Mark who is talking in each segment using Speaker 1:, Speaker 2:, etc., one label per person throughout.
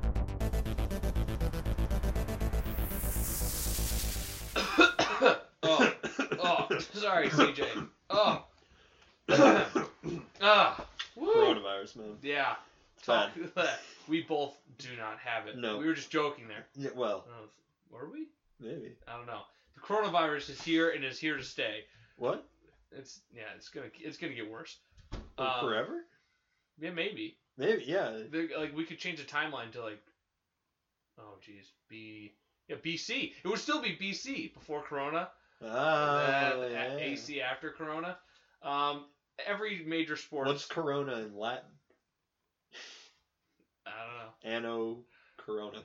Speaker 1: Oh, Sorry, CJ. Oh. ah. Woo.
Speaker 2: Coronavirus, man.
Speaker 1: Yeah.
Speaker 2: It's
Speaker 1: Talk
Speaker 2: bad.
Speaker 1: We both do not have it.
Speaker 2: No.
Speaker 1: We were just joking there.
Speaker 2: Yeah, well,
Speaker 1: Oh, were we?
Speaker 2: maybe.
Speaker 1: I don't know. The coronavirus is here and is here to stay.
Speaker 2: What?
Speaker 1: It's yeah, it's gonna it's gonna get worse.
Speaker 2: Or
Speaker 1: Um,
Speaker 2: forever?
Speaker 1: Yeah, maybe.
Speaker 2: Maybe, yeah.
Speaker 1: They're, like we could change the timeline to like, oh geez, B yeah BC. It would still be BC before Corona.
Speaker 2: Ah,
Speaker 1: and then
Speaker 2: yeah.
Speaker 1: a- AC after Corona. Um, every major sport.
Speaker 2: What's Corona in Latin?
Speaker 1: I don't know.
Speaker 2: Anno Corona.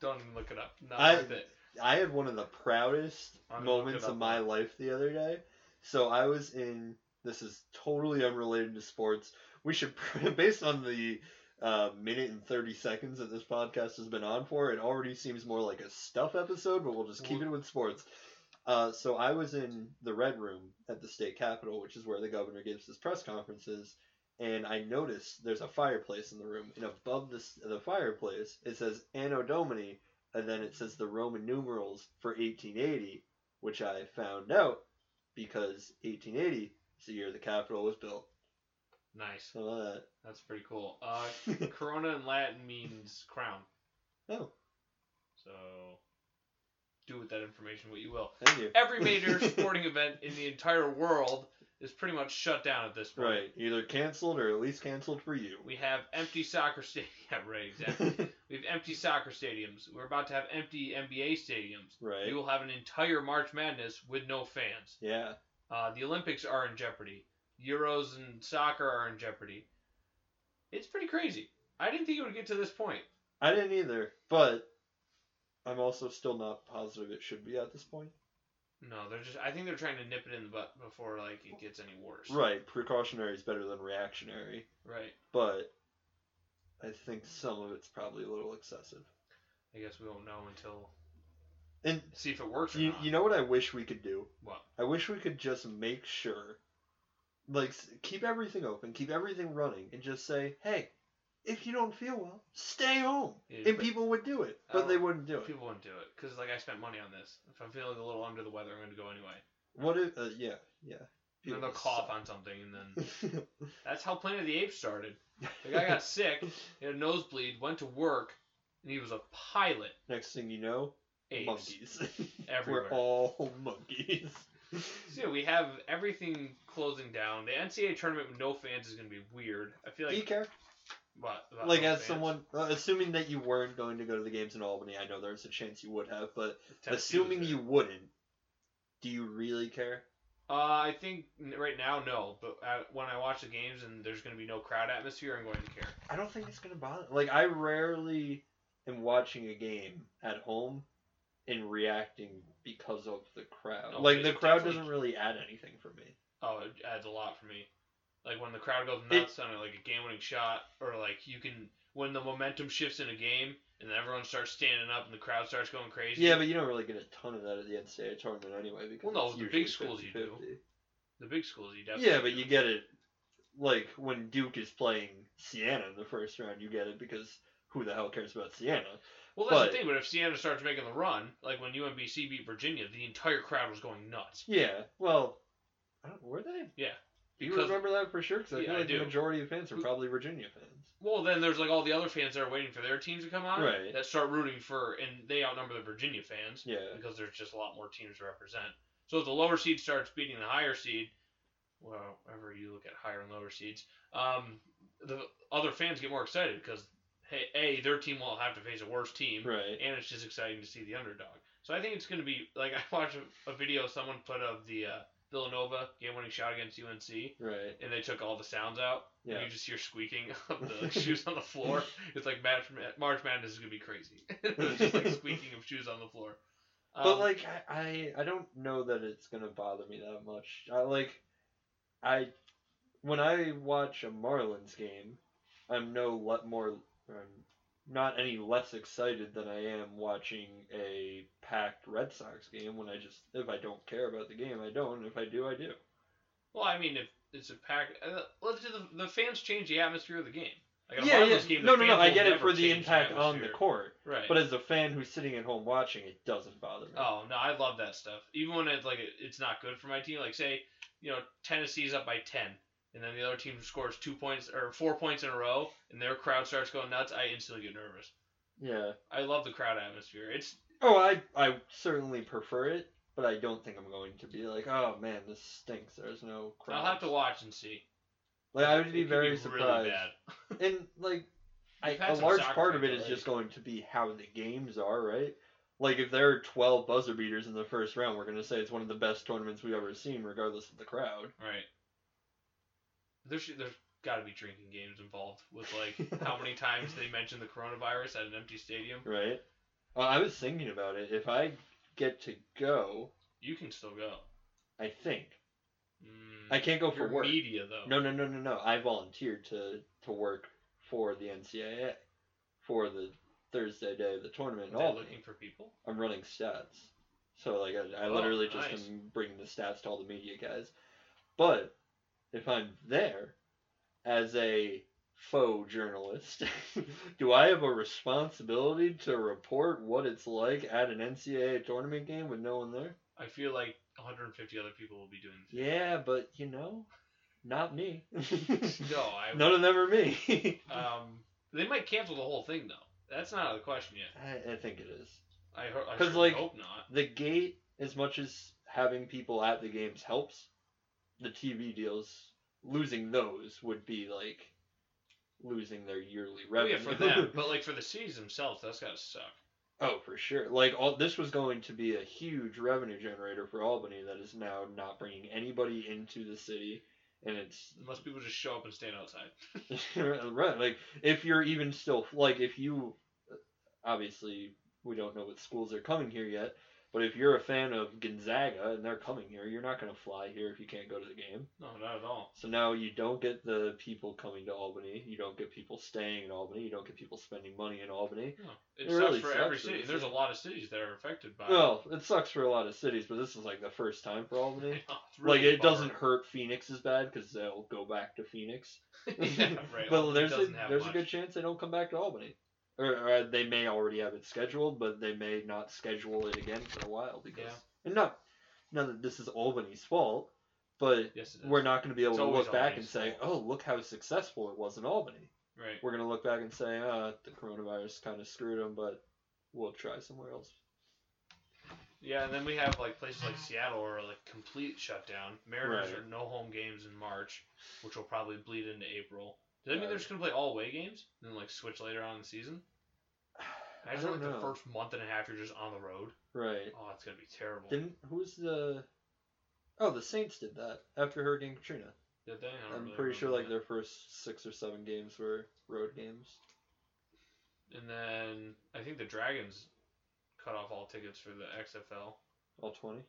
Speaker 1: Don't even look it up. Not
Speaker 2: I-
Speaker 1: worth it.
Speaker 2: I had one of the proudest
Speaker 1: I'm gonna
Speaker 2: moments
Speaker 1: look it
Speaker 2: of
Speaker 1: up.
Speaker 2: my life the other day. So I was in. This is totally unrelated to sports. We should, based on the uh, minute and thirty seconds that this podcast has been on for, it already seems more like a stuff episode. But we'll just keep it with sports. Uh, so I was in the red room at the state capitol, which is where the governor gives his press conferences, and I noticed there's a fireplace in the room, and above this the fireplace it says Anno Domini, and then it says the Roman numerals for 1880, which I found out because 1880 is the year the capitol was built.
Speaker 1: Nice.
Speaker 2: So uh,
Speaker 1: That's pretty cool. Uh, corona in Latin means crown.
Speaker 2: Oh.
Speaker 1: So, do with that information what you will.
Speaker 2: thank you.
Speaker 1: Every major sporting event in the entire world is pretty much shut down at this point.
Speaker 2: Right, either canceled or at least canceled for you.
Speaker 1: We have empty soccer stadiums. Yeah, right, exactly. we have empty soccer stadiums. We're about to have empty NBA stadiums. We
Speaker 2: right.
Speaker 1: will have an entire March Madness with no fans.
Speaker 2: Yeah.
Speaker 1: Uh, the Olympics are in jeopardy. Euros and soccer are in jeopardy. It's pretty crazy. I didn't think it would get to this point.
Speaker 2: I didn't either, but I'm also still not positive it should be at this point.
Speaker 1: No, they're just. I think they're trying to nip it in the butt before like it gets any worse.
Speaker 2: Right, precautionary is better than reactionary,
Speaker 1: Right.
Speaker 2: but I think some of it's probably a little excessive.
Speaker 1: I guess we won't know until
Speaker 2: And
Speaker 1: see if it works or
Speaker 2: you,
Speaker 1: not.
Speaker 2: you know what I wish we could do?
Speaker 1: What?
Speaker 2: I wish we could just make sure, like, s- keep everything open, keep everything running, and just say, hey, if you don't feel well, stay home.
Speaker 1: Yeah,
Speaker 2: And
Speaker 1: but
Speaker 2: people would do it,
Speaker 1: I
Speaker 2: but they
Speaker 1: don't-
Speaker 2: wouldn't do it.
Speaker 1: people wouldn't do it because like I spent money on this. If I'm feeling a little under the weather, I'm going to go anyway.
Speaker 2: What if, uh, yeah, yeah.
Speaker 1: And then they'll cough on something, and then
Speaker 2: on.
Speaker 1: that's how Planet of the Apes started. The guy got sick, he had a nosebleed, went to work, and he was a pilot.
Speaker 2: Next thing you know,
Speaker 1: Apes.
Speaker 2: monkeys.
Speaker 1: Everywhere.
Speaker 2: We're all monkeys.
Speaker 1: So yeah, we have everything closing down. The NCAA tournament with no fans is going to be weird. I feel
Speaker 2: Do you
Speaker 1: like
Speaker 2: care?
Speaker 1: what, about
Speaker 2: Like,
Speaker 1: no
Speaker 2: as
Speaker 1: fans?
Speaker 2: someone, uh, assuming that you weren't going to go to the games in Albany, I know there's a chance you would have, but
Speaker 1: Tennessee was
Speaker 2: assuming
Speaker 1: there.
Speaker 2: you wouldn't, do you really care?
Speaker 1: Uh, I think n- right now no, but uh when I watch the games and there's going to be no crowd atmosphere, I'm going to care.
Speaker 2: I don't think it's gonna bother. Like, I rarely am watching a game at home and reacting because of the crowd.
Speaker 1: No,
Speaker 2: like,
Speaker 1: it
Speaker 2: the crowd
Speaker 1: definitely-
Speaker 2: doesn't really add anything for me.
Speaker 1: Oh, it adds a lot for me. Like when the crowd goes
Speaker 2: It-
Speaker 1: nuts on like a game-winning shot, or like you can when the momentum shifts in a game and everyone starts standing up and the crowd starts going crazy.
Speaker 2: Yeah, but you don't really get a ton of that at the NCAA tournament anyway. Because
Speaker 1: Well, no,
Speaker 2: it's
Speaker 1: the big
Speaker 2: usually
Speaker 1: schools you do.
Speaker 2: 50-50.
Speaker 1: the big schools you definitely.
Speaker 2: Yeah, but you get it like when Duke is playing Siena in the first round, you get it because who the hell cares about Siena?
Speaker 1: Well, that's
Speaker 2: but-
Speaker 1: the thing. But if Siena starts making the run, like when UMBC beat Virginia, the entire crowd was going nuts.
Speaker 2: Yeah, well, I don't, were they?
Speaker 1: Yeah,
Speaker 2: Do you
Speaker 1: because-
Speaker 2: remember that for sure? Because I
Speaker 1: Yeah,
Speaker 2: feel
Speaker 1: I
Speaker 2: like the
Speaker 1: do.
Speaker 2: majority of fans are
Speaker 1: Who-
Speaker 2: probably Virginia fans.
Speaker 1: Well, then there's like all the other fans that are waiting for their teams to come on
Speaker 2: Right.
Speaker 1: that start rooting for, and they outnumber the Virginia fans.
Speaker 2: Yeah.
Speaker 1: because there's just a lot more teams to represent. So if the lower seed starts beating the higher seed, well, wherever you look at higher and lower seeds, um, the other fans get more excited because hey, a their team will have to face a worse team,
Speaker 2: Right.
Speaker 1: and it's just exciting to see the underdog. So I think it's going to be like I watched a, a video someone put of the uh, Villanova game-winning shot against UNC,
Speaker 2: Right.
Speaker 1: and they took all the sounds out. And
Speaker 2: Yeah.
Speaker 1: you just hear squeaking of the like, shoes on the floor. It's like March, March Madness is gonna be crazy. it's just like squeaking of shoes on the floor. Um,
Speaker 2: but like I, I I don't know that it's gonna bother me that much. I like I when I watch a Marlins game, I'm no le- more I'm not any less excited than I am watching a packed Red Sox game when I just if I don't care about the game, I don't. If I do, I do.
Speaker 1: well, I mean, if it's a pack, uh, let's do the the fans change the atmosphere of the game. Like in a
Speaker 2: yeah, yeah.
Speaker 1: Marlins game, the
Speaker 2: no, no,
Speaker 1: fans
Speaker 2: no. I
Speaker 1: will
Speaker 2: get it
Speaker 1: never
Speaker 2: for the
Speaker 1: change
Speaker 2: impact on the
Speaker 1: atmosphere.
Speaker 2: court,
Speaker 1: Right.
Speaker 2: but as a fan who's sitting at home watching, it doesn't bother me.
Speaker 1: Oh no, I love that stuff. Even when it's like it- it's not good for my team. Like say, you know, Tennessee's up by ten, and then the other team scores two points or four points in a row, and their crowd starts going nuts. I instantly get nervous.
Speaker 2: Yeah.
Speaker 1: I love the crowd atmosphere. It's
Speaker 2: Oh, I I certainly prefer it, but I don't think I'm going to be like, oh man, this stinks. There's no crowds.
Speaker 1: I'll have to watch and see.
Speaker 2: Like I would
Speaker 1: It
Speaker 2: be
Speaker 1: could
Speaker 2: very
Speaker 1: really
Speaker 2: surprised.
Speaker 1: bad.
Speaker 2: and like I,
Speaker 1: We've had
Speaker 2: a
Speaker 1: some
Speaker 2: large
Speaker 1: soccer
Speaker 2: part of it
Speaker 1: games
Speaker 2: is
Speaker 1: already.
Speaker 2: just going to be how the games are, right? Like if there are twelve buzzer beaters in the first round, we're gonna say it's one of the best tournaments we've ever seen, regardless of the crowd.
Speaker 1: Right. There should, there's got to be drinking games involved with like how many times they mention the coronavirus at an empty stadium.
Speaker 2: Right? Uh, I was thinking about it. If I get to go,
Speaker 1: You can still go.
Speaker 2: I think
Speaker 1: Mm,
Speaker 2: I can't go for
Speaker 1: Your
Speaker 2: work.
Speaker 1: media though.
Speaker 2: No, no, no, no, no. I volunteered to to work for the NCAA for the Thursday day of the tournament. in
Speaker 1: They're
Speaker 2: Albany.
Speaker 1: looking for people.
Speaker 2: I'm running stats. So like I, I
Speaker 1: Oh,
Speaker 2: literally just
Speaker 1: nice.
Speaker 2: am bringing the stats to all the media guys. But if I'm there as a faux journalist, do I have a responsibility to report what it's like at an NCAA tournament game with no one there?
Speaker 1: I feel like 150 other people will be doing this.
Speaker 2: Yeah, but you know, not me.
Speaker 1: No, I.
Speaker 2: None of them are me.
Speaker 1: Um, they might cancel the whole thing though. That's not out of the question yet.
Speaker 2: I, I think it is.
Speaker 1: I, ho- I
Speaker 2: 'Cause,
Speaker 1: certainly
Speaker 2: like-
Speaker 1: hope not.
Speaker 2: the gate as much as having people at the games helps the tv deals losing those would be like losing their yearly
Speaker 1: Well,
Speaker 2: revenue
Speaker 1: Oh, yeah, for them, but like for the cities themselves, that's gotta suck.
Speaker 2: oh for sure like all this was going to be a huge revenue generator for albany that is now not bringing anybody into the city and it's
Speaker 1: Unless people just show up and stand outside.
Speaker 2: right like if you're even still like if you obviously we don't know what schools are coming here yet but if you're a fan of gonzaga and they're coming here you're not going to fly here if you can't go to the game
Speaker 1: No, not at all.
Speaker 2: so now you don't get the people coming to albany you don't get people staying in albany you don't get people spending money in albany
Speaker 1: No, it,
Speaker 2: It
Speaker 1: sucks
Speaker 2: really
Speaker 1: for
Speaker 2: sucks
Speaker 1: every
Speaker 2: for
Speaker 1: city.
Speaker 2: the
Speaker 1: There's a
Speaker 2: city.
Speaker 1: lot of cities that are affected by.
Speaker 2: well it sucks for a lot of cities but this is like the first time for
Speaker 1: I know,
Speaker 2: albany
Speaker 1: it's really
Speaker 2: like it
Speaker 1: bummer.
Speaker 2: doesn't hurt phoenix as bad because they'll go back to phoenix
Speaker 1: yeah, right.
Speaker 2: but
Speaker 1: it
Speaker 2: there's a,
Speaker 1: doesn't have
Speaker 2: there's
Speaker 1: much.
Speaker 2: a good chance they don't come back to Albany, or, or uh, they may already have it scheduled, but they may not schedule it again for a while because
Speaker 1: Yeah.
Speaker 2: and not not that this is Albany's fault, but
Speaker 1: Yes, it is.
Speaker 2: we're not going to be able
Speaker 1: It's
Speaker 2: to
Speaker 1: always
Speaker 2: look back and
Speaker 1: Albany's
Speaker 2: say, oh, look how successful it was in Albany.
Speaker 1: right.
Speaker 2: We're going to look back and say, uh, the coronavirus kind of screwed them, but we'll try somewhere else.
Speaker 1: Yeah, and then we have like places like Seattle are like complete shutdown. Mariners
Speaker 2: Right.
Speaker 1: are no home games in March, which will probably bleed into April. Does that mean
Speaker 2: Right.
Speaker 1: they're just gonna play all away games and then like switch later on in the season?
Speaker 2: I
Speaker 1: Imagine
Speaker 2: don't
Speaker 1: like
Speaker 2: know.
Speaker 1: the first month and a half you're just on the road.
Speaker 2: Right?
Speaker 1: Oh, it's gonna be terrible.
Speaker 2: Didn't who's the? Oh, the Saints did that after Hurricane Katrina.
Speaker 1: Did they? I don't
Speaker 2: I'm
Speaker 1: really
Speaker 2: pretty sure
Speaker 1: remember
Speaker 2: like
Speaker 1: that.
Speaker 2: their first six or seven games were road games.
Speaker 1: And then I think the Dragons cut off all tickets for the XFL.
Speaker 2: All twenty.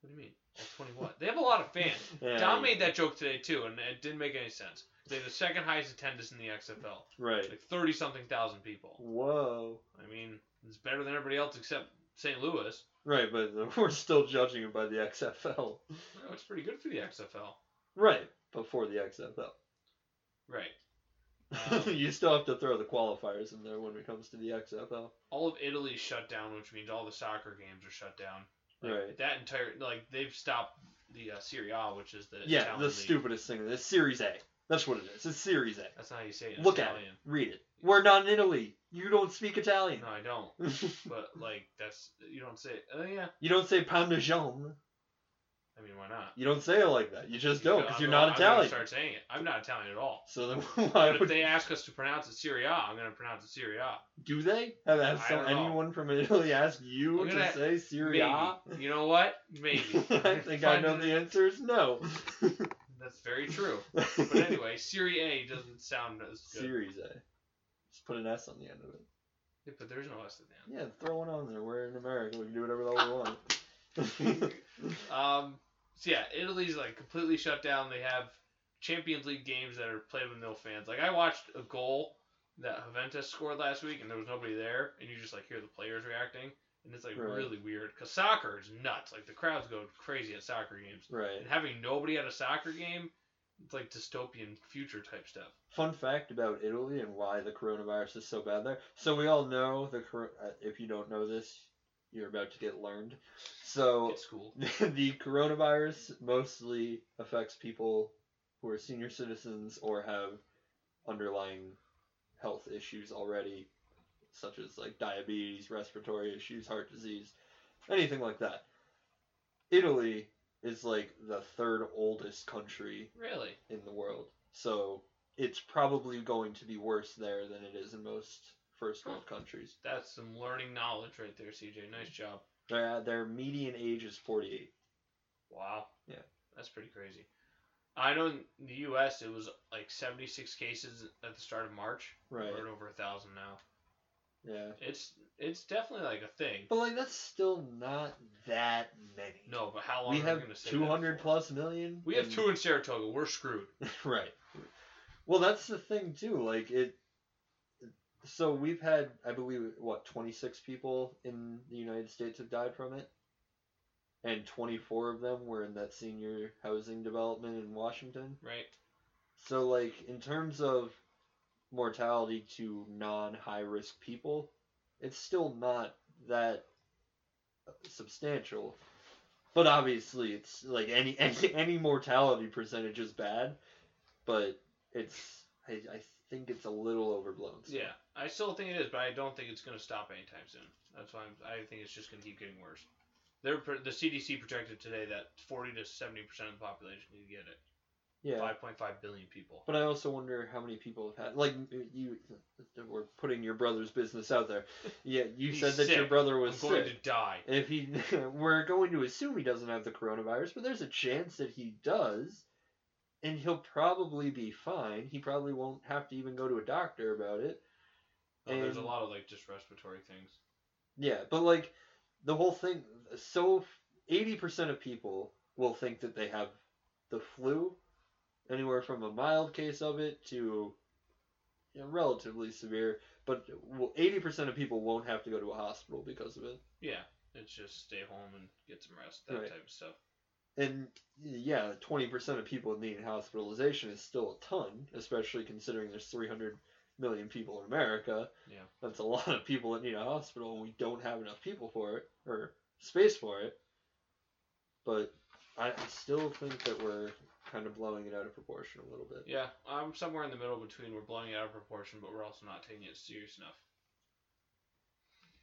Speaker 1: What do you mean? All twenty what? They have a lot of fans.
Speaker 2: Yeah,
Speaker 1: Don
Speaker 2: yeah.
Speaker 1: made that joke today too, and it didn't make any sense. They have the second highest attendance in the XFL,
Speaker 2: Right.
Speaker 1: like thirty something thousand people.
Speaker 2: Whoa.
Speaker 1: I mean, it's better than everybody else except St. Louis.
Speaker 2: Right, but the- we're still judging it by the XFL.
Speaker 1: Well, it's pretty good for the XFL,
Speaker 2: Right. Before the XFL.
Speaker 1: right? Um,
Speaker 2: you still have to throw the qualifiers in there when it comes to the XFL.
Speaker 1: All of Italy's shut down, which means all the soccer games are shut down. Like,
Speaker 2: Right.
Speaker 1: That entire like they've stopped the uh, Serie A, which is the
Speaker 2: yeah,
Speaker 1: Italian
Speaker 2: the
Speaker 1: league.
Speaker 2: stupidest thing. It's Series A. That's what it is. It's Series A.
Speaker 1: That's not how you say it. in
Speaker 2: Look at
Speaker 1: Italian.
Speaker 2: it. Read it. We're not in Italy. You don't speak Italian.
Speaker 1: No, I don't. But like that's you don't say. Oh yeah.
Speaker 2: you don't say parmesan.
Speaker 1: I mean, why not?
Speaker 2: You don't say it like that. You just don't because
Speaker 1: I'm
Speaker 2: you're
Speaker 1: gonna- I'm
Speaker 2: not
Speaker 1: gonna
Speaker 2: Italian.
Speaker 1: Start saying it. I'm not Italian at all.
Speaker 2: So then why
Speaker 1: but
Speaker 2: would
Speaker 1: if they ask us to pronounce it Serie A, I'm going to pronounce it Serie A.
Speaker 2: Do they have, have
Speaker 1: I
Speaker 2: some,
Speaker 1: don't know.
Speaker 2: anyone from Italy ask you
Speaker 1: We're
Speaker 2: to
Speaker 1: gonna-
Speaker 2: say
Speaker 1: Maybe.
Speaker 2: Syria?
Speaker 1: You know what? Maybe.
Speaker 2: I think
Speaker 1: Find
Speaker 2: I know
Speaker 1: it-
Speaker 2: the answer is no.
Speaker 1: That's very true. But anyway, Serie A doesn't sound as good.
Speaker 2: Series A. Just put an S on the end of it.
Speaker 1: Yeah, but there's no S at the
Speaker 2: Yeah, throw one on there. We're in America. We can do whatever the hell we want.
Speaker 1: end. Um, so yeah, Italy's like completely shut down. They have Champions League games that are played with no fans. Like I watched a goal that Juventus scored last week, and there was nobody there, and you just like hear the players reacting, and it's like
Speaker 2: Right.
Speaker 1: really weird because soccer is nuts. Like the crowds go crazy at soccer games.
Speaker 2: right.
Speaker 1: and having nobody at a soccer game It's like dystopian future type stuff.
Speaker 2: Fun fact about Italy and why the coronavirus is so bad there. So we all know the cor- uh, if you don't know this, you're about to get learned. So
Speaker 1: It's cool.
Speaker 2: the coronavirus mostly affects people who are senior citizens or have underlying health issues already, such as like diabetes, respiratory issues, heart disease, anything like that. Italy is like the third oldest country
Speaker 1: Really?
Speaker 2: in the world, so it's probably going to be worse there than it is in most first world countries.
Speaker 1: That's some learning knowledge right there, CJ. Nice job.
Speaker 2: Their, their median age is 48.
Speaker 1: Wow.
Speaker 2: Yeah.
Speaker 1: That's pretty crazy. I know in the U.S. it was like 76 cases at the start of March.
Speaker 2: Right.
Speaker 1: We're at over a thousand now.
Speaker 2: Yeah.
Speaker 1: It's it's definitely like a thing.
Speaker 2: But like that's still not that many.
Speaker 1: No, but how long
Speaker 2: we
Speaker 1: are
Speaker 2: have
Speaker 1: we going to say that
Speaker 2: two hundred
Speaker 1: for?
Speaker 2: plus million.
Speaker 1: We have
Speaker 2: and-
Speaker 1: two in Saratoga. We're screwed.
Speaker 2: right. Well, that's the thing too. Like it. So we've had, I believe, what twenty six people in the United States have died from it, and twenty four of them were in that senior housing development in Washington.
Speaker 1: Right.
Speaker 2: So like in terms of mortality to non high risk people, it's still not that substantial. But obviously it's like any any, any mortality percentage is bad, but it's I, I think it's a little overblown. still.
Speaker 1: Yeah. I still think it is, but I don't think it's going to stop anytime soon. That's why I'm, I think it's just going to keep getting worse. They're, pro- the CDC projected today that 40 to 70% of the population could get it.
Speaker 2: Yeah.
Speaker 1: 5.5 billion people.
Speaker 2: But I also wonder how many people have had like you we're putting your brother's business out there. Yeah, you
Speaker 1: He's
Speaker 2: said that your
Speaker 1: sick.
Speaker 2: brother
Speaker 1: I'm
Speaker 2: was
Speaker 1: going
Speaker 2: sick.
Speaker 1: to die.
Speaker 2: If he, we're going to assume he doesn't have the coronavirus, but there's a chance that he does, and he'll probably be fine. He probably won't have to even go to a doctor about it.
Speaker 1: Oh, there's a
Speaker 2: And-
Speaker 1: lot of like just respiratory things.
Speaker 2: Yeah, but like the whole thing, so 80% of people will think that they have the flu, anywhere from a mild case of it to you know, relatively severe, but well, 80% of people won't have to go to a hospital because of it.
Speaker 1: Yeah, it's just stay home and get some rest, that
Speaker 2: Right.
Speaker 1: type of stuff.
Speaker 2: And yeah, twenty percent of people needing hospitalization is still a ton, especially considering there's three hundred million people in America.
Speaker 1: Yeah.
Speaker 2: That's a lot of people that need a hospital and we don't have enough people for it or space for it. But I I still think that we're kind of blowing it out of proportion a little bit.
Speaker 1: Yeah, I'm somewhere in the middle between we're blowing it out of proportion, but we're also not taking it serious enough.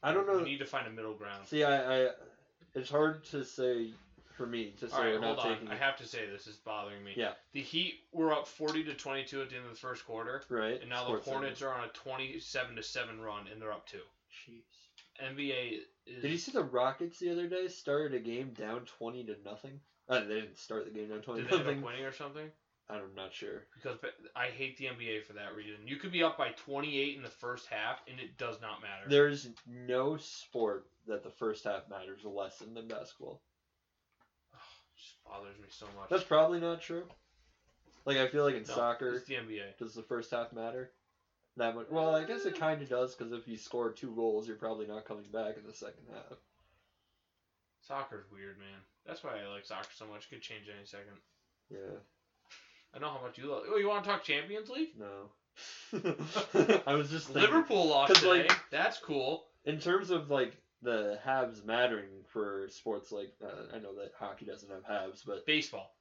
Speaker 2: I don't know
Speaker 1: We need to find a middle ground.
Speaker 2: see I, I it's hard to say for me to say
Speaker 1: All right,
Speaker 2: we're
Speaker 1: hold
Speaker 2: not
Speaker 1: on.
Speaker 2: taking
Speaker 1: I
Speaker 2: it
Speaker 1: have to say this is bothering me.
Speaker 2: Yeah.
Speaker 1: The Heat were up 40 to 22 at the end of the first quarter,
Speaker 2: right.
Speaker 1: and now
Speaker 2: Sports
Speaker 1: the Hornets
Speaker 2: segment.
Speaker 1: are on a 27 to 7 run, and they're up two.
Speaker 2: Jeez.
Speaker 1: NBA is
Speaker 2: Did you see the Rockets the other day started a game down twenty to nothing? Uh, they didn't start the game down twenty
Speaker 1: did
Speaker 2: to
Speaker 1: they end up
Speaker 2: nothing.
Speaker 1: winning or something?
Speaker 2: I'm not sure.
Speaker 1: Because ba- I hate the NBA for that reason. You could be up by 28 in the first half, and it does not matter.
Speaker 2: There's no sport that the first half matters less than than basketball.
Speaker 1: just bothers me so much.
Speaker 2: That's probably not true. Like I feel like in
Speaker 1: No,
Speaker 2: soccer,
Speaker 1: It's the NBA.
Speaker 2: does the first half matter? That much? Well, I guess it
Speaker 1: Mm.
Speaker 2: kind of does because if you score two goals, you're probably not coming back in the second half.
Speaker 1: Soccer's weird, man. That's why I like soccer so much. Could change any second.
Speaker 2: Yeah.
Speaker 1: I know how much you love. Oh, you want to talk Champions League?
Speaker 2: No. I was just thinking.
Speaker 1: Liverpool lost
Speaker 2: 'Cause,
Speaker 1: today.
Speaker 2: like-
Speaker 1: That's cool.
Speaker 2: in terms of like the halves mattering for sports like uh, I know that hockey doesn't have halves, but
Speaker 1: Baseball.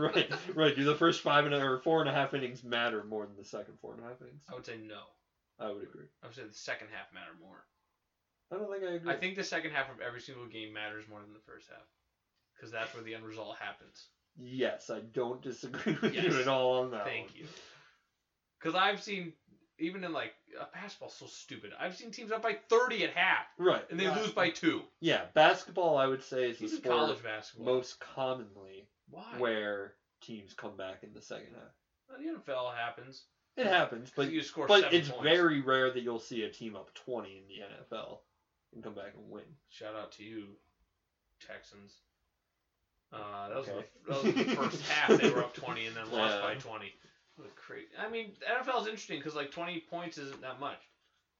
Speaker 2: right, right. Do the first five and a, or four and a half innings matter more than the second four and a half innings?
Speaker 1: I would say no.
Speaker 2: I would agree.
Speaker 1: I would say the second half matter more.
Speaker 2: I don't think I agree.
Speaker 1: I think the second half of every single game matters more than the first half, because that's where the end result happens.
Speaker 2: yes, I don't disagree with
Speaker 1: Yes.
Speaker 2: you at all on that.
Speaker 1: Thank
Speaker 2: one.
Speaker 1: you. Because I've seen, even in like uh, basketball's so stupid. I've seen teams up by thirty at half,
Speaker 2: Right,
Speaker 1: and they
Speaker 2: yeah.
Speaker 1: lose by two.
Speaker 2: Yeah, basketball I would say is the
Speaker 1: Even
Speaker 2: sport
Speaker 1: college basketball.
Speaker 2: most commonly
Speaker 1: Why?
Speaker 2: where teams come back in the second half.
Speaker 1: Well, the NFL happens.
Speaker 2: It happens, but
Speaker 1: But you score
Speaker 2: but
Speaker 1: seven
Speaker 2: it's
Speaker 1: points.
Speaker 2: very rare that you'll see a team up twenty in the NFL and come back and win.
Speaker 1: Shout out to you, Texans. Uh, that was,
Speaker 2: Okay.
Speaker 1: the, that was the first half. They were up 20 and then lost
Speaker 2: Yeah.
Speaker 1: by 20. What a crazy. I mean, NFL is interesting because like 20 points isn't that much.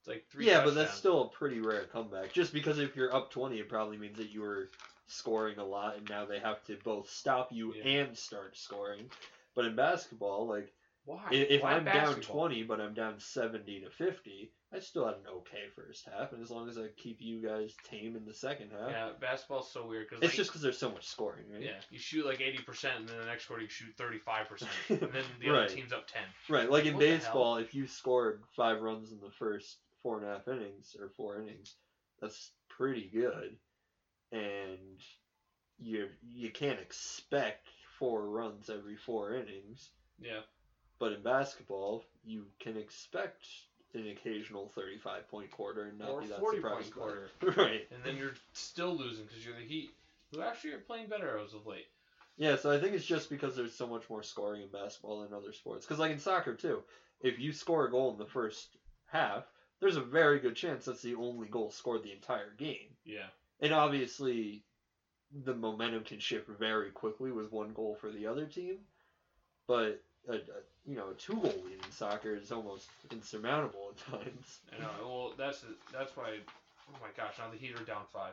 Speaker 1: It's like three.
Speaker 2: yeah,
Speaker 1: touchdowns.
Speaker 2: but that's still a pretty rare comeback. Just because if you're up 20, it probably means that you were scoring a lot, and now they have to both stop you
Speaker 1: Yeah.
Speaker 2: and start scoring. But in basketball, like
Speaker 1: Why?
Speaker 2: i- if
Speaker 1: Why
Speaker 2: I'm down
Speaker 1: basketball?
Speaker 2: 20, but I'm down 70 to 50, I still had an okay first half. And as long as I keep you guys tame in the second half,
Speaker 1: Yeah, basketball's so weird because
Speaker 2: it's just because there's so much scoring, right?
Speaker 1: yeah, you shoot like eighty percent, and then the next quarter you shoot thirty five percent, and then the other
Speaker 2: Right.
Speaker 1: team's up ten.
Speaker 2: Right, like in
Speaker 1: What the hell?
Speaker 2: baseball, if you scored five runs in the first four and a half innings or four innings, that's pretty good. And you you can't expect four runs every four innings,
Speaker 1: Yeah,
Speaker 2: but in basketball, you can expect an occasional thirty-five point quarter and not
Speaker 1: or
Speaker 2: be that
Speaker 1: forty
Speaker 2: surprised.
Speaker 1: point
Speaker 2: by it.
Speaker 1: quarter,
Speaker 2: right?
Speaker 1: and then you're still losing because you're the Heat, who actually are playing better as of late.
Speaker 2: Yeah, so I think it's just because there's so much more scoring in basketball than other sports. Because, like in soccer, too, if you score a goal in the first half, there's a very good chance that's the only goal scored the entire game.
Speaker 1: Yeah,
Speaker 2: And obviously, the momentum can shift very quickly with one goal for the other team. But, a, a- you know, a two goal lead in soccer is almost insurmountable at times.
Speaker 1: I know. Well, that's that's why. Oh my gosh! Now the Heat are down five.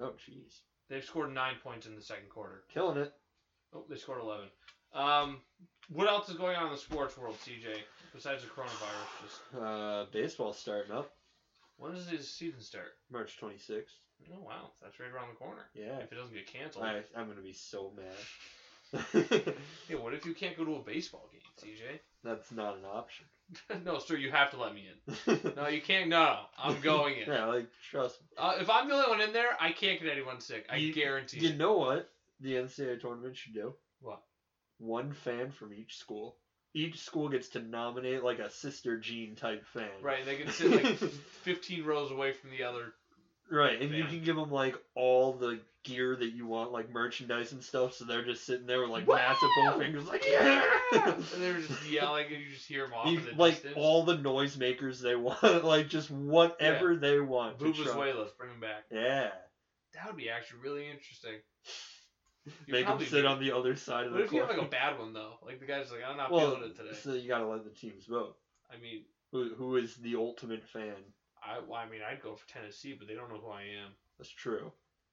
Speaker 2: Oh, jeez.
Speaker 1: They've scored nine points in the second quarter.
Speaker 2: Killing it.
Speaker 1: Oh, they scored eleven. Um, what else is going on in the sports world, CJ? Besides the coronavirus, just
Speaker 2: Uh, baseball's starting up
Speaker 1: when does the season start?
Speaker 2: March 26th.
Speaker 1: Oh wow, that's right around the corner.
Speaker 2: Yeah.
Speaker 1: If it doesn't get canceled,
Speaker 2: I, I'm going to be so mad.
Speaker 1: yeah. What if you can't go to a baseball game,
Speaker 2: That's not an option.
Speaker 1: CJ? no, sir. You have to let me in. No, you can't. No, I'm going in.
Speaker 2: yeah, like trust me.
Speaker 1: Uh, if I'm the only one in there, I can't get anyone sick. I
Speaker 2: You-
Speaker 1: guarantee
Speaker 2: You
Speaker 1: it.
Speaker 2: know what the NCAA tournament should do?
Speaker 1: What?
Speaker 2: One fan from each school. Each school gets to nominate like a sister Jean type fan.
Speaker 1: Right, they can sit like 15 rows away from the other.
Speaker 2: Right, and you
Speaker 1: Fan.
Speaker 2: can give them like all the gear that you want, like merchandise and stuff. So they're just sitting there with like massive
Speaker 1: Wow!
Speaker 2: bow fingers, like yeah.
Speaker 1: and they're just yelling, and you just hear them off
Speaker 2: You-
Speaker 1: in the
Speaker 2: like
Speaker 1: distance.
Speaker 2: all the noisemakers they want, like just whatever they want. to
Speaker 1: Booba's
Speaker 2: try.
Speaker 1: Wayless, bring him back.
Speaker 2: Yeah,
Speaker 1: That would be actually really interesting. You
Speaker 2: make them
Speaker 1: probably
Speaker 2: sit
Speaker 1: do.
Speaker 2: on the other side of
Speaker 1: What
Speaker 2: the
Speaker 1: if you
Speaker 2: court.
Speaker 1: have like a bad one though? Like the guy's like, I'm not
Speaker 2: well,
Speaker 1: feeling it today.
Speaker 2: so you gotta let the teams vote.
Speaker 1: I mean,
Speaker 2: Who who is the ultimate fan?
Speaker 1: I, well, I mean, I'd go for Tennessee, but they don't know who I am.
Speaker 2: That's true.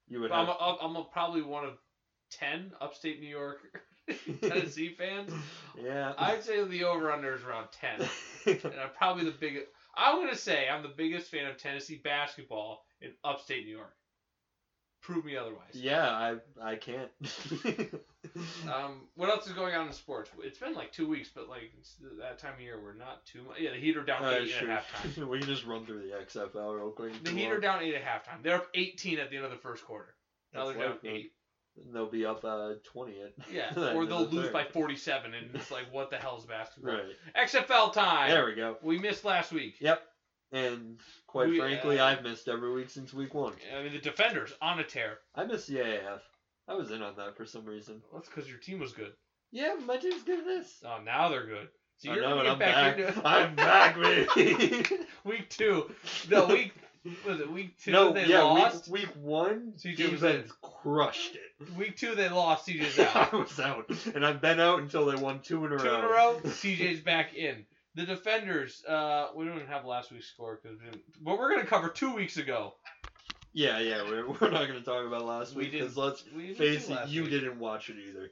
Speaker 2: You would
Speaker 1: But I'm,
Speaker 2: have.
Speaker 1: a, I'm a, probably one of ten upstate New York Tennessee fans.
Speaker 2: yeah.
Speaker 1: I'd say the over under is around ten. and I'm probably the biggest. I'm gonna say I'm the biggest fan of Tennessee basketball in upstate New York. Prove me otherwise.
Speaker 2: yeah, I I can't.
Speaker 1: Um, what else is going on in sports? It's been like two weeks, but like it's that time of year, we're not too much. Yeah, the Heat are down
Speaker 2: Uh,
Speaker 1: eight
Speaker 2: sure.
Speaker 1: at halftime.
Speaker 2: we can just run through the XFL real quick.
Speaker 1: The Heat are down eight at halftime. They're up 18 at the end of the first quarter. Now
Speaker 2: That's
Speaker 1: they're down
Speaker 2: life, man.
Speaker 1: eight.
Speaker 2: They'll be up uh, twenty at.
Speaker 1: Yeah,
Speaker 2: the
Speaker 1: or
Speaker 2: end
Speaker 1: they'll
Speaker 2: of the
Speaker 1: lose
Speaker 2: third.
Speaker 1: by 47, and it's like, what the hell is basketball?
Speaker 2: Right.
Speaker 1: XFL time.
Speaker 2: There we go.
Speaker 1: We missed last week.
Speaker 2: Yep. And quite
Speaker 1: We,
Speaker 2: frankly,
Speaker 1: uh,
Speaker 2: I've missed every week since week one.
Speaker 1: I mean, the defenders on a tear.
Speaker 2: I missed the AAF. I was in on that for some reason.
Speaker 1: That's because your team was good.
Speaker 2: Yeah, my team's good at this.
Speaker 1: Oh, now they're good. So
Speaker 2: I
Speaker 1: you're
Speaker 2: know,
Speaker 1: gonna
Speaker 2: and
Speaker 1: get
Speaker 2: I'm
Speaker 1: back,
Speaker 2: back.
Speaker 1: into
Speaker 2: I'm back, baby.
Speaker 1: week two. No, week was it week two?
Speaker 2: no,
Speaker 1: they
Speaker 2: yeah,
Speaker 1: lost.
Speaker 2: Week, week one,
Speaker 1: CJ was
Speaker 2: defense crushed it.
Speaker 1: Week, two, they lost. CJ's
Speaker 2: I
Speaker 1: out.
Speaker 2: was out, and I've been out until they won two in a
Speaker 1: two
Speaker 2: row.
Speaker 1: in a row. CJ's back in. The defenders. Uh, we don't have last week's score because, but we're gonna cover two weeks ago.
Speaker 2: Yeah, yeah, we're, we're not going to talk about last
Speaker 1: We
Speaker 2: week because let's
Speaker 1: We didn't
Speaker 2: face
Speaker 1: do
Speaker 2: it,
Speaker 1: last
Speaker 2: you
Speaker 1: week.
Speaker 2: didn't watch it either.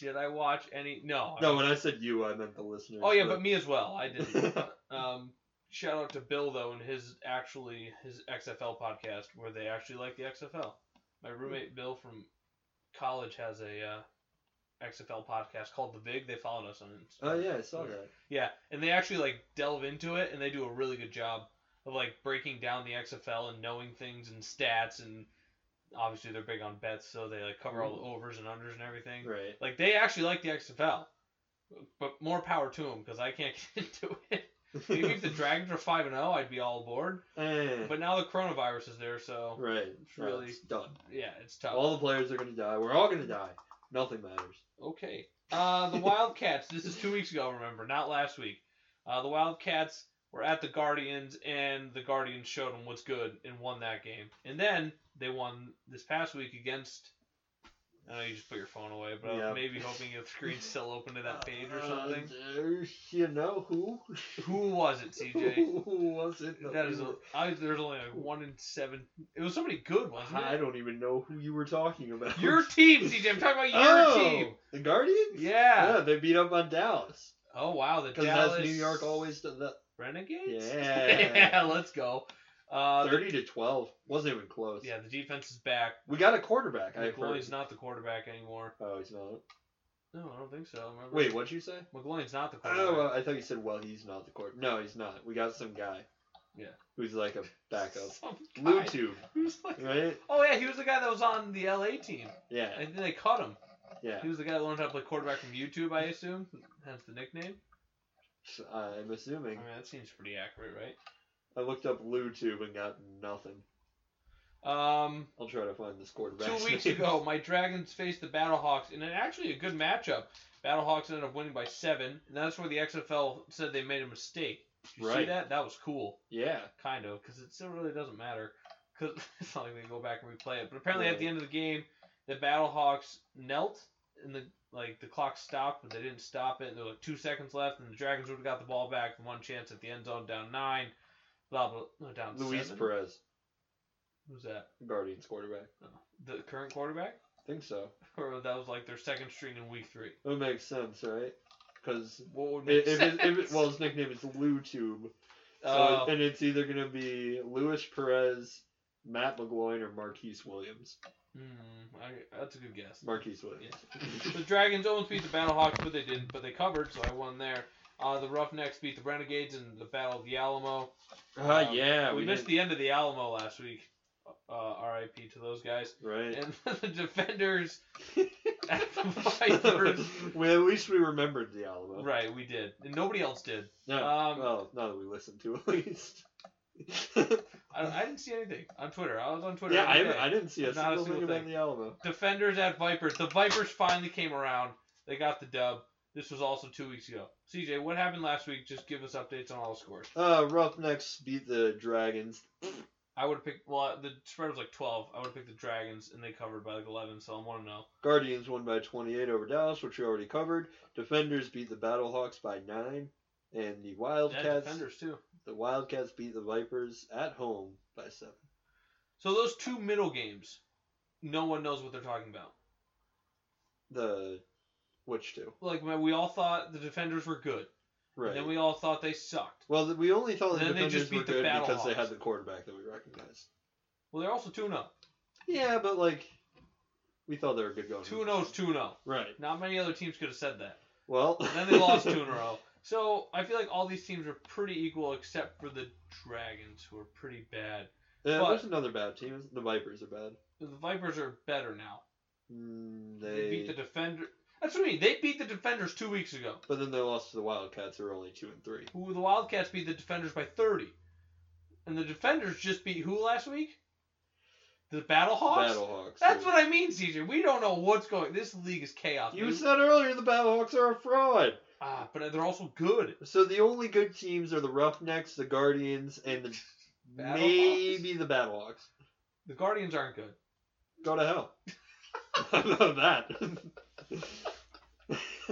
Speaker 1: Did I watch any? No. I
Speaker 2: No,
Speaker 1: mean-
Speaker 2: when I said you, I meant the listeners.
Speaker 1: oh yeah, but me as well. I did. um, shout out to Bill though and his actually his XFL podcast where they actually like the XFL. My roommate Bill from college has a uh, XFL podcast called The Vig. They followed us on. Instagram.
Speaker 2: oh yeah, I saw that.
Speaker 1: Yeah, and they actually like delve into it and they do a really good job of like breaking down the XFL and knowing things and stats and obviously they're big on bets so they like cover all the overs and unders and everything.
Speaker 2: Right.
Speaker 1: Like they actually like the XFL, but more power to them because I can't get into it. Maybe if the Dragons were five and zero, I'd be all aboard.
Speaker 2: Eh,
Speaker 1: But now the coronavirus is there, so
Speaker 2: right.
Speaker 1: it's really-
Speaker 2: it's done.
Speaker 1: yeah, it's tough.
Speaker 2: All the players are going to die. We're all going to die. Nothing matters.
Speaker 1: Okay. Uh, the Wildcats. this is two weeks ago. Remember, not last week. Uh, the Wildcats were at the Guardians, and the Guardians showed them what's good and won that game. And then they won this past week against I know you just put your phone away, but I
Speaker 2: Yeah.
Speaker 1: was maybe hoping your screen's still open to that page or something.
Speaker 2: Uh, you know who?
Speaker 1: Who was it, CJ?
Speaker 2: who was it?
Speaker 1: That is,
Speaker 2: we
Speaker 1: a,
Speaker 2: were-
Speaker 1: I, there's only like one in seven. It was somebody good, wasn't
Speaker 2: I
Speaker 1: it?
Speaker 2: don't even know who you were talking about.
Speaker 1: Your team, CJ. I'm talking about your
Speaker 2: oh,
Speaker 1: team.
Speaker 2: the Guardians.
Speaker 1: Yeah.
Speaker 2: yeah, they beat up on Dallas
Speaker 1: Oh wow, the
Speaker 2: because
Speaker 1: Dallas
Speaker 2: that's New York always done that.
Speaker 1: Renegades.
Speaker 2: Yeah.
Speaker 1: Yeah, let's go. Uh, the-
Speaker 2: Thirty to twelve wasn't even close.
Speaker 1: yeah, the defense is back.
Speaker 2: we got a quarterback. I heard.
Speaker 1: McGloin's not the quarterback anymore.
Speaker 2: Oh, he's not.
Speaker 1: No, I don't think so. Remember?
Speaker 2: Wait, what'd you say?
Speaker 1: McGloin's not the quarterback.
Speaker 2: Oh, well, I thought you said, well, he's not the quarterback. No, he's not. We got some guy.
Speaker 1: Yeah.
Speaker 2: Who's like a backup.
Speaker 1: Some guy
Speaker 2: Blue Tube,
Speaker 1: who's like-
Speaker 2: right?
Speaker 1: oh yeah, he was the guy that was on the LA team.
Speaker 2: Yeah,
Speaker 1: And then they caught him.
Speaker 2: yeah.
Speaker 1: He was the guy that learned how to play quarterback from YouTube, I assume. Hence the nickname.
Speaker 2: I'm
Speaker 1: I
Speaker 2: assuming.
Speaker 1: mean, that seems pretty accurate, right?
Speaker 2: I looked up Blue Tube and got nothing.
Speaker 1: Um,
Speaker 2: I'll try to find this quarterback.
Speaker 1: two weeks ago, my Dragons faced the Battlehawks in an actually a good matchup. Battlehawks ended up winning by seven, and that's where the XFL said they made a mistake. Did you see
Speaker 2: Right.
Speaker 1: that? That was cool,
Speaker 2: Yeah.
Speaker 1: kind of, because it still really doesn't matter. Because it's not like they go back and replay it. But apparently, at the end of the game, the Battlehawks knelt, and the like the clock stopped, but they didn't stop it. And there were like two seconds left, and the Dragons would have got the ball back. One chance at the end zone, down nine. Blah blah. No, down
Speaker 2: Luis
Speaker 1: seven.
Speaker 2: Perez,
Speaker 1: Who's that? Oh,
Speaker 2: Guardians quarterback.
Speaker 1: The current quarterback.
Speaker 2: think so.
Speaker 1: Or that was like their second string in week three.
Speaker 2: It would make sense, right? Because
Speaker 1: What would make
Speaker 2: if, if, it-
Speaker 1: sense?
Speaker 2: if it, well, his nickname is Blue Tube. So
Speaker 1: Uh,
Speaker 2: it- and it's either going to be Luis Perez, Matt McGloin, or Marquise Williams.
Speaker 1: hmm, I- that's a good guess.
Speaker 2: Marquise Williams.
Speaker 1: The Dragons almost beat the Battlehawks, but they didn't. But they covered, so I won there. Uh, the Roughnecks beat the Renegades in the Battle of the Alamo.
Speaker 2: Ah,
Speaker 1: Um,
Speaker 2: yeah,
Speaker 1: we,
Speaker 2: we,
Speaker 1: missed the end of the Alamo last week. Uh, R.I.P. to those guys.
Speaker 2: the right.
Speaker 1: And the defenders at the Vipers.
Speaker 2: well, at least we remembered the Alamo.
Speaker 1: right, we did, and nobody else did.
Speaker 2: No,
Speaker 1: Um,
Speaker 2: well, now that we listened to at least.
Speaker 1: I, I didn't see anything on Twitter. I was on Twitter.
Speaker 2: yeah,
Speaker 1: every day.
Speaker 2: I, I didn't see a
Speaker 1: Not a
Speaker 2: single thing
Speaker 1: single
Speaker 2: about
Speaker 1: thing.
Speaker 2: the Alamo.
Speaker 1: Defenders at Vipers. The Vipers finally came around. They got the dub. This was also two weeks ago. CJ, what happened last week? Just give us updates on all the scores.
Speaker 2: Uh, Roughnecks beat the Dragons.
Speaker 1: I would have picked. Well, the spread was like twelve. I would have picked the Dragons, and they covered by like eleven. So I'm one oh. to know.
Speaker 2: Guardians won by 28 over Dallas, which we already covered. Defenders beat the Battlehawks by 9. And the
Speaker 1: Yeah,
Speaker 2: Wildcats,
Speaker 1: defenders too.
Speaker 2: the Wildcats beat the Vipers at home by 7.
Speaker 1: So those two middle games, no one knows what they're talking about.
Speaker 2: The which two?
Speaker 1: Like when we all thought the defenders were good,
Speaker 2: Right.
Speaker 1: and then we all thought they sucked.
Speaker 2: well, th- we only thought the
Speaker 1: Then they
Speaker 2: defenders
Speaker 1: just
Speaker 2: were
Speaker 1: beat the
Speaker 2: good because they
Speaker 1: Battlehawks.
Speaker 2: had the quarterback that we recognized.
Speaker 1: Well, they're also two oh. zero.
Speaker 2: Yeah, but like we thought they were good going.
Speaker 1: Two oh zero is two zero.
Speaker 2: Right.
Speaker 1: Not many other teams could have said that.
Speaker 2: Well.
Speaker 1: And then they lost two in a row. So I feel like all these teams are pretty equal except for the Dragons, who are pretty bad.
Speaker 2: Yeah,
Speaker 1: but-
Speaker 2: there's another bad team. The Vipers are bad.
Speaker 1: The Vipers are better now.
Speaker 2: Mm,
Speaker 1: They,
Speaker 2: they,
Speaker 1: beat the defender. That's what I mean. They beat the defenders two weeks ago.
Speaker 2: but then they lost to the Wildcats, who are only two and three.
Speaker 1: Who the Wildcats beat the defenders by thirty, and the defenders just beat who last week? The Battlehawks.
Speaker 2: Battlehawks.
Speaker 1: That's
Speaker 2: yeah.
Speaker 1: what I mean, CJ. We don't know what's going. This league is chaos.
Speaker 2: you
Speaker 1: dude.
Speaker 2: said earlier. The Battlehawks are a fraud.
Speaker 1: ah, but they're also good.
Speaker 2: So the only good teams are the Roughnecks, the Guardians, and the
Speaker 1: Battlehawks?
Speaker 2: maybe the Battlehawks.
Speaker 1: The Guardians aren't good.
Speaker 2: Go to hell. I don't know that.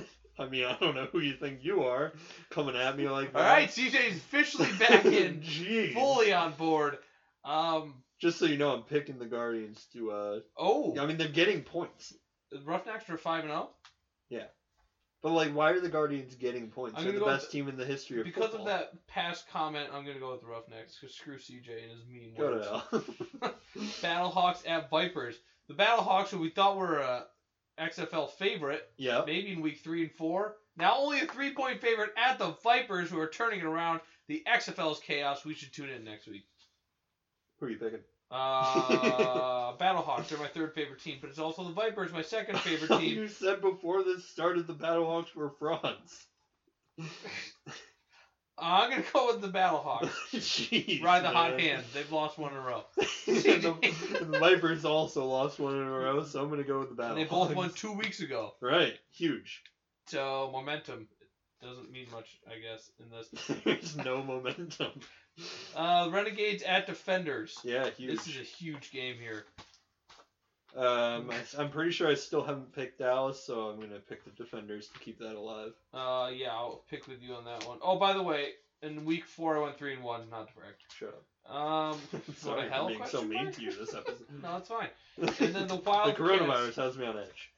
Speaker 2: I mean, I don't know who you think you are coming at me like
Speaker 1: All
Speaker 2: that.
Speaker 1: right, CJ's officially back in.
Speaker 2: Jeez.
Speaker 1: fully on board. Um.
Speaker 2: Just so you know, I'm picking the Guardians to. uh
Speaker 1: Oh,
Speaker 2: I mean, they're getting points,
Speaker 1: the Roughnecks are five and oh? zero
Speaker 2: but like, why are the Guardians getting points?
Speaker 1: I'm
Speaker 2: They're
Speaker 1: gonna
Speaker 2: the
Speaker 1: go with
Speaker 2: best team in the history of
Speaker 1: because of
Speaker 2: football.
Speaker 1: that past comment. I'm gonna go with the Roughnecks because screw CJ and his mean
Speaker 2: Go to
Speaker 1: words.
Speaker 2: hell.
Speaker 1: Battlehawks at Vipers. The Battlehawks, who we thought were a XFL favorite,
Speaker 2: yeah.
Speaker 1: maybe in week three and four, now only a three point favorite at the Vipers, who are turning it around. The XFL's chaos. We should tune in next week.
Speaker 2: Who are you picking?
Speaker 1: Uh, Battlehawks are my third favorite team, but it's also the Vipers, my second favorite team.
Speaker 2: you said before this started, the Battlehawks were frauds.
Speaker 1: I'm gonna go with the Battlehawks.
Speaker 2: Jeez.
Speaker 1: Ride the hot
Speaker 2: man.
Speaker 1: hand. They've lost one in a row.
Speaker 2: and the, and the Vipers also lost one in a row, so I'm gonna go with the Battle.
Speaker 1: And they both won two weeks ago.
Speaker 2: Right, huge.
Speaker 1: So momentum doesn't mean much, I guess, in this.
Speaker 2: There's no momentum.
Speaker 1: Uh, Renegades at Defenders.
Speaker 2: Yeah, huge.
Speaker 1: This is a huge game here.
Speaker 2: Um, I, am pretty sure I still haven't picked Dallas, so I'm gonna pick the Defenders to keep that alive.
Speaker 1: Uh, yeah, I'll pick with you on that one. Oh, by the way, in week four, I went three and one. Not direct.
Speaker 2: Shut up.
Speaker 1: Um, what
Speaker 2: Sorry
Speaker 1: the hell?
Speaker 2: for being so
Speaker 1: question
Speaker 2: mean
Speaker 1: mark?
Speaker 2: to you this episode.
Speaker 1: no, it's fine. And then the Wild.
Speaker 2: the coronavirus has me on edge.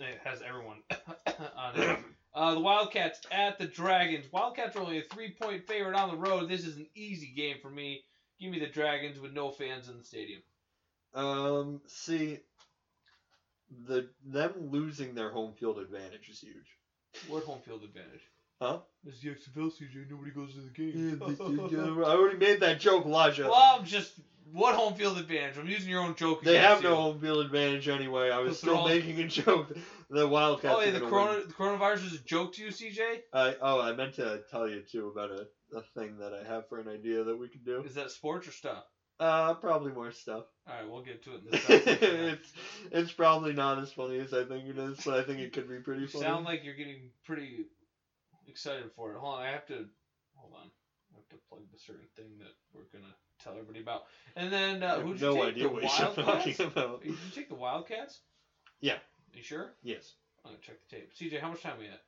Speaker 1: It has everyone on it. Uh, the Wildcats at the Dragons. Wildcats are only a three-point favorite on the road. This is an easy game for me. Give me the Dragons with no fans in the stadium.
Speaker 2: Um, see, the them losing their home field advantage is huge.
Speaker 1: What home field advantage?
Speaker 2: Huh?
Speaker 1: It's the XFL, CJ. Nobody goes to the
Speaker 2: I already made that joke, Laja.
Speaker 1: well, I'm just what home field advantage? I'm using your own joke.
Speaker 2: They
Speaker 1: against
Speaker 2: have no
Speaker 1: you.
Speaker 2: home field advantage anyway. I was
Speaker 1: Those are
Speaker 2: still
Speaker 1: all-
Speaker 2: making a joke. The Wildcats.
Speaker 1: Oh, yeah,
Speaker 2: are
Speaker 1: the
Speaker 2: gonna
Speaker 1: corona
Speaker 2: win.
Speaker 1: the coronavirus is a joke to you, CJ.
Speaker 2: I, oh, I meant to tell you too about a, a thing that I have for an idea that we could do.
Speaker 1: Is that sports or stuff?
Speaker 2: Uh, probably more stuff.
Speaker 1: All right, we'll get to it in the stuff. section.
Speaker 2: it's it's probably not as funny as I think it is, but I think it could be pretty
Speaker 1: You
Speaker 2: funny.
Speaker 1: sound like you're getting pretty excited for it. Hold on, I have to hold on. I have to plug the certain thing that we're gonna tell everybody about. And then
Speaker 2: I
Speaker 1: uh,
Speaker 2: have
Speaker 1: who did
Speaker 2: no
Speaker 1: you take?
Speaker 2: idea
Speaker 1: the
Speaker 2: what you're talking
Speaker 1: Wildcats.
Speaker 2: about.
Speaker 1: Did you take the Wildcats?
Speaker 2: Yeah.
Speaker 1: You sure?
Speaker 2: Yes.
Speaker 1: I'm gonna check the tape. CJ, how much time we at?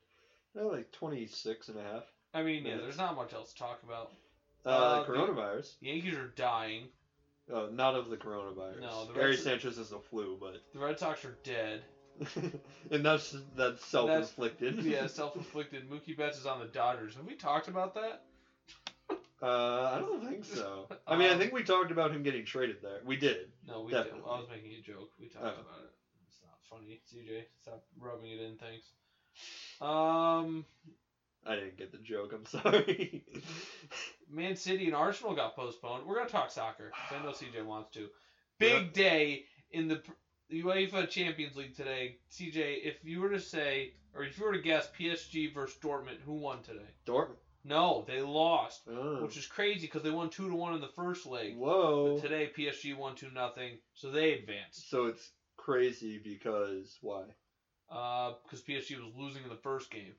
Speaker 2: They're like 26 and a half.
Speaker 1: I mean, yeah,
Speaker 2: Minutes.
Speaker 1: there's not much else to talk about.
Speaker 2: Uh,
Speaker 1: Uh,
Speaker 2: the
Speaker 1: the-
Speaker 2: coronavirus.
Speaker 1: The Yankees are dying.
Speaker 2: Oh, not of the coronavirus.
Speaker 1: No, the
Speaker 2: Gary
Speaker 1: rest-
Speaker 2: Sanchez is the flu, but
Speaker 1: The Red Sox are dead.
Speaker 2: and that's that's self-inflicted.
Speaker 1: yeah, self-inflicted. Mookie Betts is on the Dodgers. Have we talked about that?
Speaker 2: Uh, I don't think so. I mean, I
Speaker 1: Um,
Speaker 2: think we talked about him getting traded there. We did.
Speaker 1: No, we did. I
Speaker 2: Definitely.
Speaker 1: was making a joke. We talked
Speaker 2: Oh.
Speaker 1: about it. It's not funny, CJ. Stop rubbing it in. Thanks. Um,
Speaker 2: I didn't get the joke. I'm sorry.
Speaker 1: Man City and Arsenal got postponed. We're gonna talk soccer. 'cause I know CJ wants to. Big day in the pr- UEFA Champions League today. CJ, if you were to say, or if you were to guess, PSG versus Dortmund, who won today?
Speaker 2: Dortmund.
Speaker 1: No, they lost,
Speaker 2: Oh.
Speaker 1: which is crazy because they won two to one in the first leg.
Speaker 2: Whoa.
Speaker 1: But today PSG won two nothing, so they advanced.
Speaker 2: So it's crazy because why?
Speaker 1: because PSG was losing in the first game,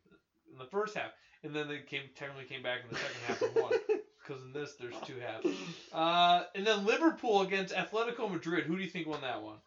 Speaker 1: in the first half, and then they came technically came back in the second half and won. Because in this, there's two halves. Uh, and then Liverpool against Atletico Madrid. Who do you think won that one?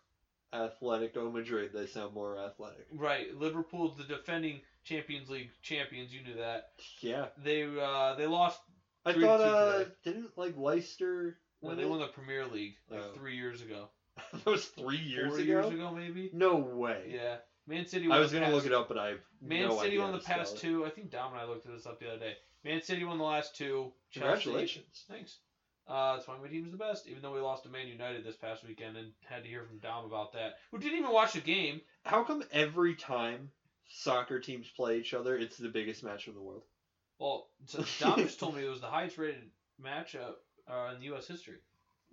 Speaker 2: Atletico Oh, Madrid. They sound more athletic.
Speaker 1: Right, Liverpool's the defending Champions League champions. You knew that.
Speaker 2: Yeah.
Speaker 1: They uh, they lost.
Speaker 2: I
Speaker 1: Three to
Speaker 2: thought
Speaker 1: two
Speaker 2: uh,
Speaker 1: today.
Speaker 2: didn't like Leicester.
Speaker 1: When
Speaker 2: win
Speaker 1: they
Speaker 2: it?
Speaker 1: won the Premier League like
Speaker 2: Oh.
Speaker 1: three years ago.
Speaker 2: that was three years
Speaker 1: Four
Speaker 2: ago.
Speaker 1: years ago, maybe.
Speaker 2: No way.
Speaker 1: Yeah, Man City.
Speaker 2: I
Speaker 1: won
Speaker 2: was
Speaker 1: the
Speaker 2: gonna
Speaker 1: past-
Speaker 2: look it up, but I have
Speaker 1: Man
Speaker 2: no
Speaker 1: City
Speaker 2: idea
Speaker 1: won the
Speaker 2: how to spell
Speaker 1: past
Speaker 2: it.
Speaker 1: two. I think Dom and I looked this up the other day. Man City won the last two. Chelsea-
Speaker 2: Congratulations.
Speaker 1: Thanks. Uh, that's why my team's the best, even though we lost to Man United this past weekend and had to hear from Dom about that, who didn't even watch the game.
Speaker 2: How come every time soccer teams play each other, it's the biggest match in the world?
Speaker 1: Well, so Dom just told me it was the highest rated matchup uh, in U.S. history.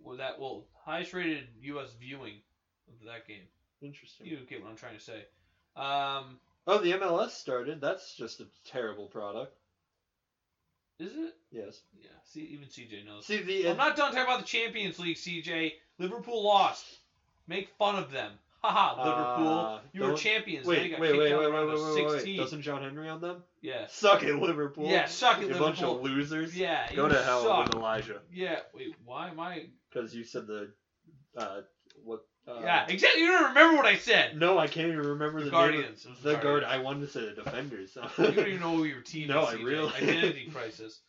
Speaker 1: Well, that well, highest rated U.S. viewing of that game.
Speaker 2: Interesting.
Speaker 1: You get what I'm trying to say. Um,
Speaker 2: Oh, the MLS started. That's just a terrible product.
Speaker 1: is it?
Speaker 2: Yes.
Speaker 1: Yeah. See, even CJ knows.
Speaker 2: See the
Speaker 1: I'm not done talking about the Champions League, CJ. Liverpool lost. Make fun of them. Haha, Liverpool.
Speaker 2: Ah,
Speaker 1: you were
Speaker 2: don't-
Speaker 1: champions. now you
Speaker 2: Wait,
Speaker 1: got
Speaker 2: wait,
Speaker 1: kicked
Speaker 2: wait, wait,
Speaker 1: out
Speaker 2: wait,
Speaker 1: of the
Speaker 2: wait,
Speaker 1: round of
Speaker 2: wait, wait,
Speaker 1: 16.
Speaker 2: Doesn't John Henry on them?
Speaker 1: Yeah.
Speaker 2: Suck it, Liverpool.
Speaker 1: Yeah, suck it,
Speaker 2: you
Speaker 1: Liverpool.
Speaker 2: bunch of losers.
Speaker 1: Yeah,
Speaker 2: Go
Speaker 1: you
Speaker 2: to hell
Speaker 1: suck.
Speaker 2: with Elijah.
Speaker 1: Yeah, wait, why am I?
Speaker 2: Because you said the, uh, what? Uh,
Speaker 1: yeah, exactly. You don't remember what I said.
Speaker 2: No, I can't even remember
Speaker 1: The
Speaker 2: the,
Speaker 1: Guardians. It
Speaker 2: Name
Speaker 1: was
Speaker 2: of,
Speaker 1: the
Speaker 2: the guard.
Speaker 1: Guardians.
Speaker 2: I wanted to say the defenders.
Speaker 1: You don't even know who your team
Speaker 2: No,
Speaker 1: is.
Speaker 2: I
Speaker 1: CJ.
Speaker 2: really-
Speaker 1: Identity crisis.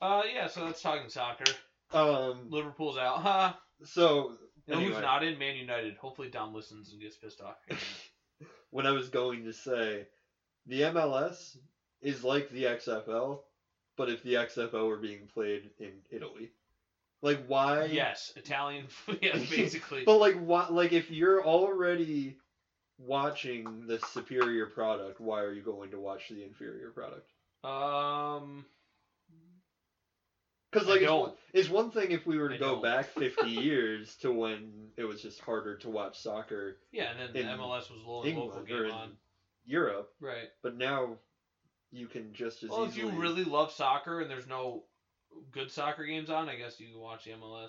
Speaker 1: Uh, yeah. So that's talking soccer.
Speaker 2: Um.
Speaker 1: Liverpool's out. Huh.
Speaker 2: So
Speaker 1: You know
Speaker 2: Anyway.
Speaker 1: who's not in Man United? Hopefully Dom listens and gets pissed off.
Speaker 2: when I was going to say, the MLS is like the XFL, but if the XFL were being played in Italy, like why?
Speaker 1: yes, Italian. yeah, basically.
Speaker 2: But like why? Like if you're already watching the superior product, why are you going to watch the inferior product?
Speaker 1: um.
Speaker 2: Because
Speaker 1: I
Speaker 2: like it's
Speaker 1: don't.
Speaker 2: one, it's one thing if we were to
Speaker 1: I
Speaker 2: go
Speaker 1: don't.
Speaker 2: back fifty years to when it was just harder to watch soccer
Speaker 1: Yeah, and then the
Speaker 2: in
Speaker 1: MLS was low local
Speaker 2: England or
Speaker 1: game
Speaker 2: in
Speaker 1: on.
Speaker 2: Europe,
Speaker 1: Right.
Speaker 2: but now you can just as
Speaker 1: Well, if
Speaker 2: easily.
Speaker 1: Oh, you really love soccer and there's no good soccer games on, I guess you can watch the MLS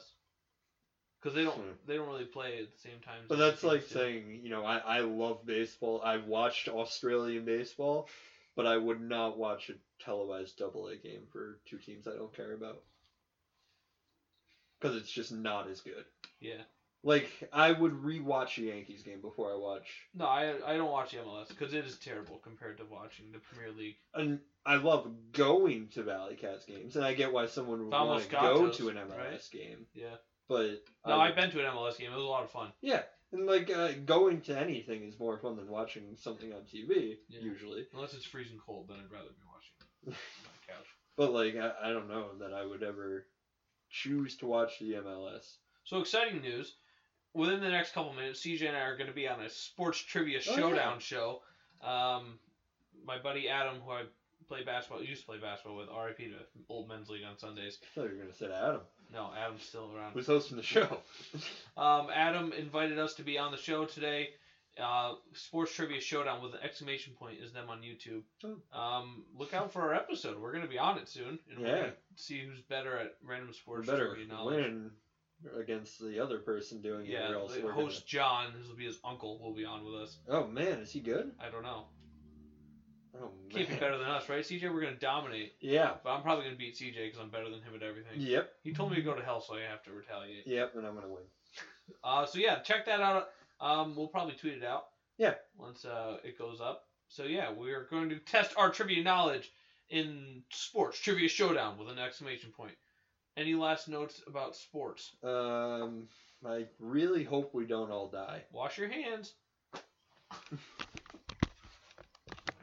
Speaker 1: because they don't
Speaker 2: Hmm.
Speaker 1: they don't really play at the same time.
Speaker 2: But
Speaker 1: as other
Speaker 2: that's like
Speaker 1: teams do.
Speaker 2: saying, you know, I, I love baseball. I've watched Australian baseball, but I would not watch a televised double A game for two teams I don't care about. Because it's just not as good.
Speaker 1: yeah.
Speaker 2: Like I would rewatch a Yankees game before I watch.
Speaker 1: No, I I don't watch MLS because it is terrible compared to watching the Premier League.
Speaker 2: And I love going to Valley Cats games, and I get why someone would want
Speaker 1: Vamos
Speaker 2: to go
Speaker 1: Gatos,
Speaker 2: to an MLS
Speaker 1: right?
Speaker 2: game.
Speaker 1: Yeah.
Speaker 2: But
Speaker 1: No,
Speaker 2: I
Speaker 1: I've been to an MLS game. It was a lot of fun.
Speaker 2: Yeah, and like uh, going to anything is more fun than watching something on TV
Speaker 1: Yeah.
Speaker 2: usually.
Speaker 1: Unless it's freezing cold, then I'd rather be watching it on my couch.
Speaker 2: But like I, I don't know that I would ever choose to watch the MLS.
Speaker 1: So exciting news! Within the next couple minutes, CJ and I are going to be on a sports trivia
Speaker 2: Oh,
Speaker 1: showdown show. Um, my buddy Adam, who I play basketball, used to play basketball with, RIP to Old Men's League on Sundays.
Speaker 2: I thought you were gonna say Adam
Speaker 1: No, Adam's still around.
Speaker 2: who's hosting the show.
Speaker 1: Um, Adam invited us to be on the show today. Uh, Sports Trivia Showdown with an exclamation point is them on YouTube.
Speaker 2: Oh.
Speaker 1: Um, look out for our episode. We're going to be on it soon, and we're
Speaker 2: Yeah.
Speaker 1: going to see who's better at random
Speaker 2: We're
Speaker 1: sports
Speaker 2: better
Speaker 1: trivia knowledge.
Speaker 2: win against the other person doing
Speaker 1: Yeah,
Speaker 2: it, or else
Speaker 1: the
Speaker 2: we're
Speaker 1: host John, this will be his uncle, will be on with us.
Speaker 2: gonna... Oh man, is he good?
Speaker 1: I don't know.
Speaker 2: Oh man,
Speaker 1: Can't be better than us, right, CJ? We're going to dominate,
Speaker 2: yeah.
Speaker 1: but I'm probably going to beat CJ because I'm better than him at everything.
Speaker 2: Yep,
Speaker 1: He told me to go to hell, so I have to retaliate.
Speaker 2: yep, and I'm gonna win.
Speaker 1: Uh, so yeah, check that out. Um, we'll probably tweet it out.
Speaker 2: Yeah.
Speaker 1: Once uh, it goes up. So yeah, we are going to test our trivia knowledge in sports trivia showdown with an exclamation point. Any last notes about sports?
Speaker 2: Um, I really hope we don't all die.
Speaker 1: Wash your hands.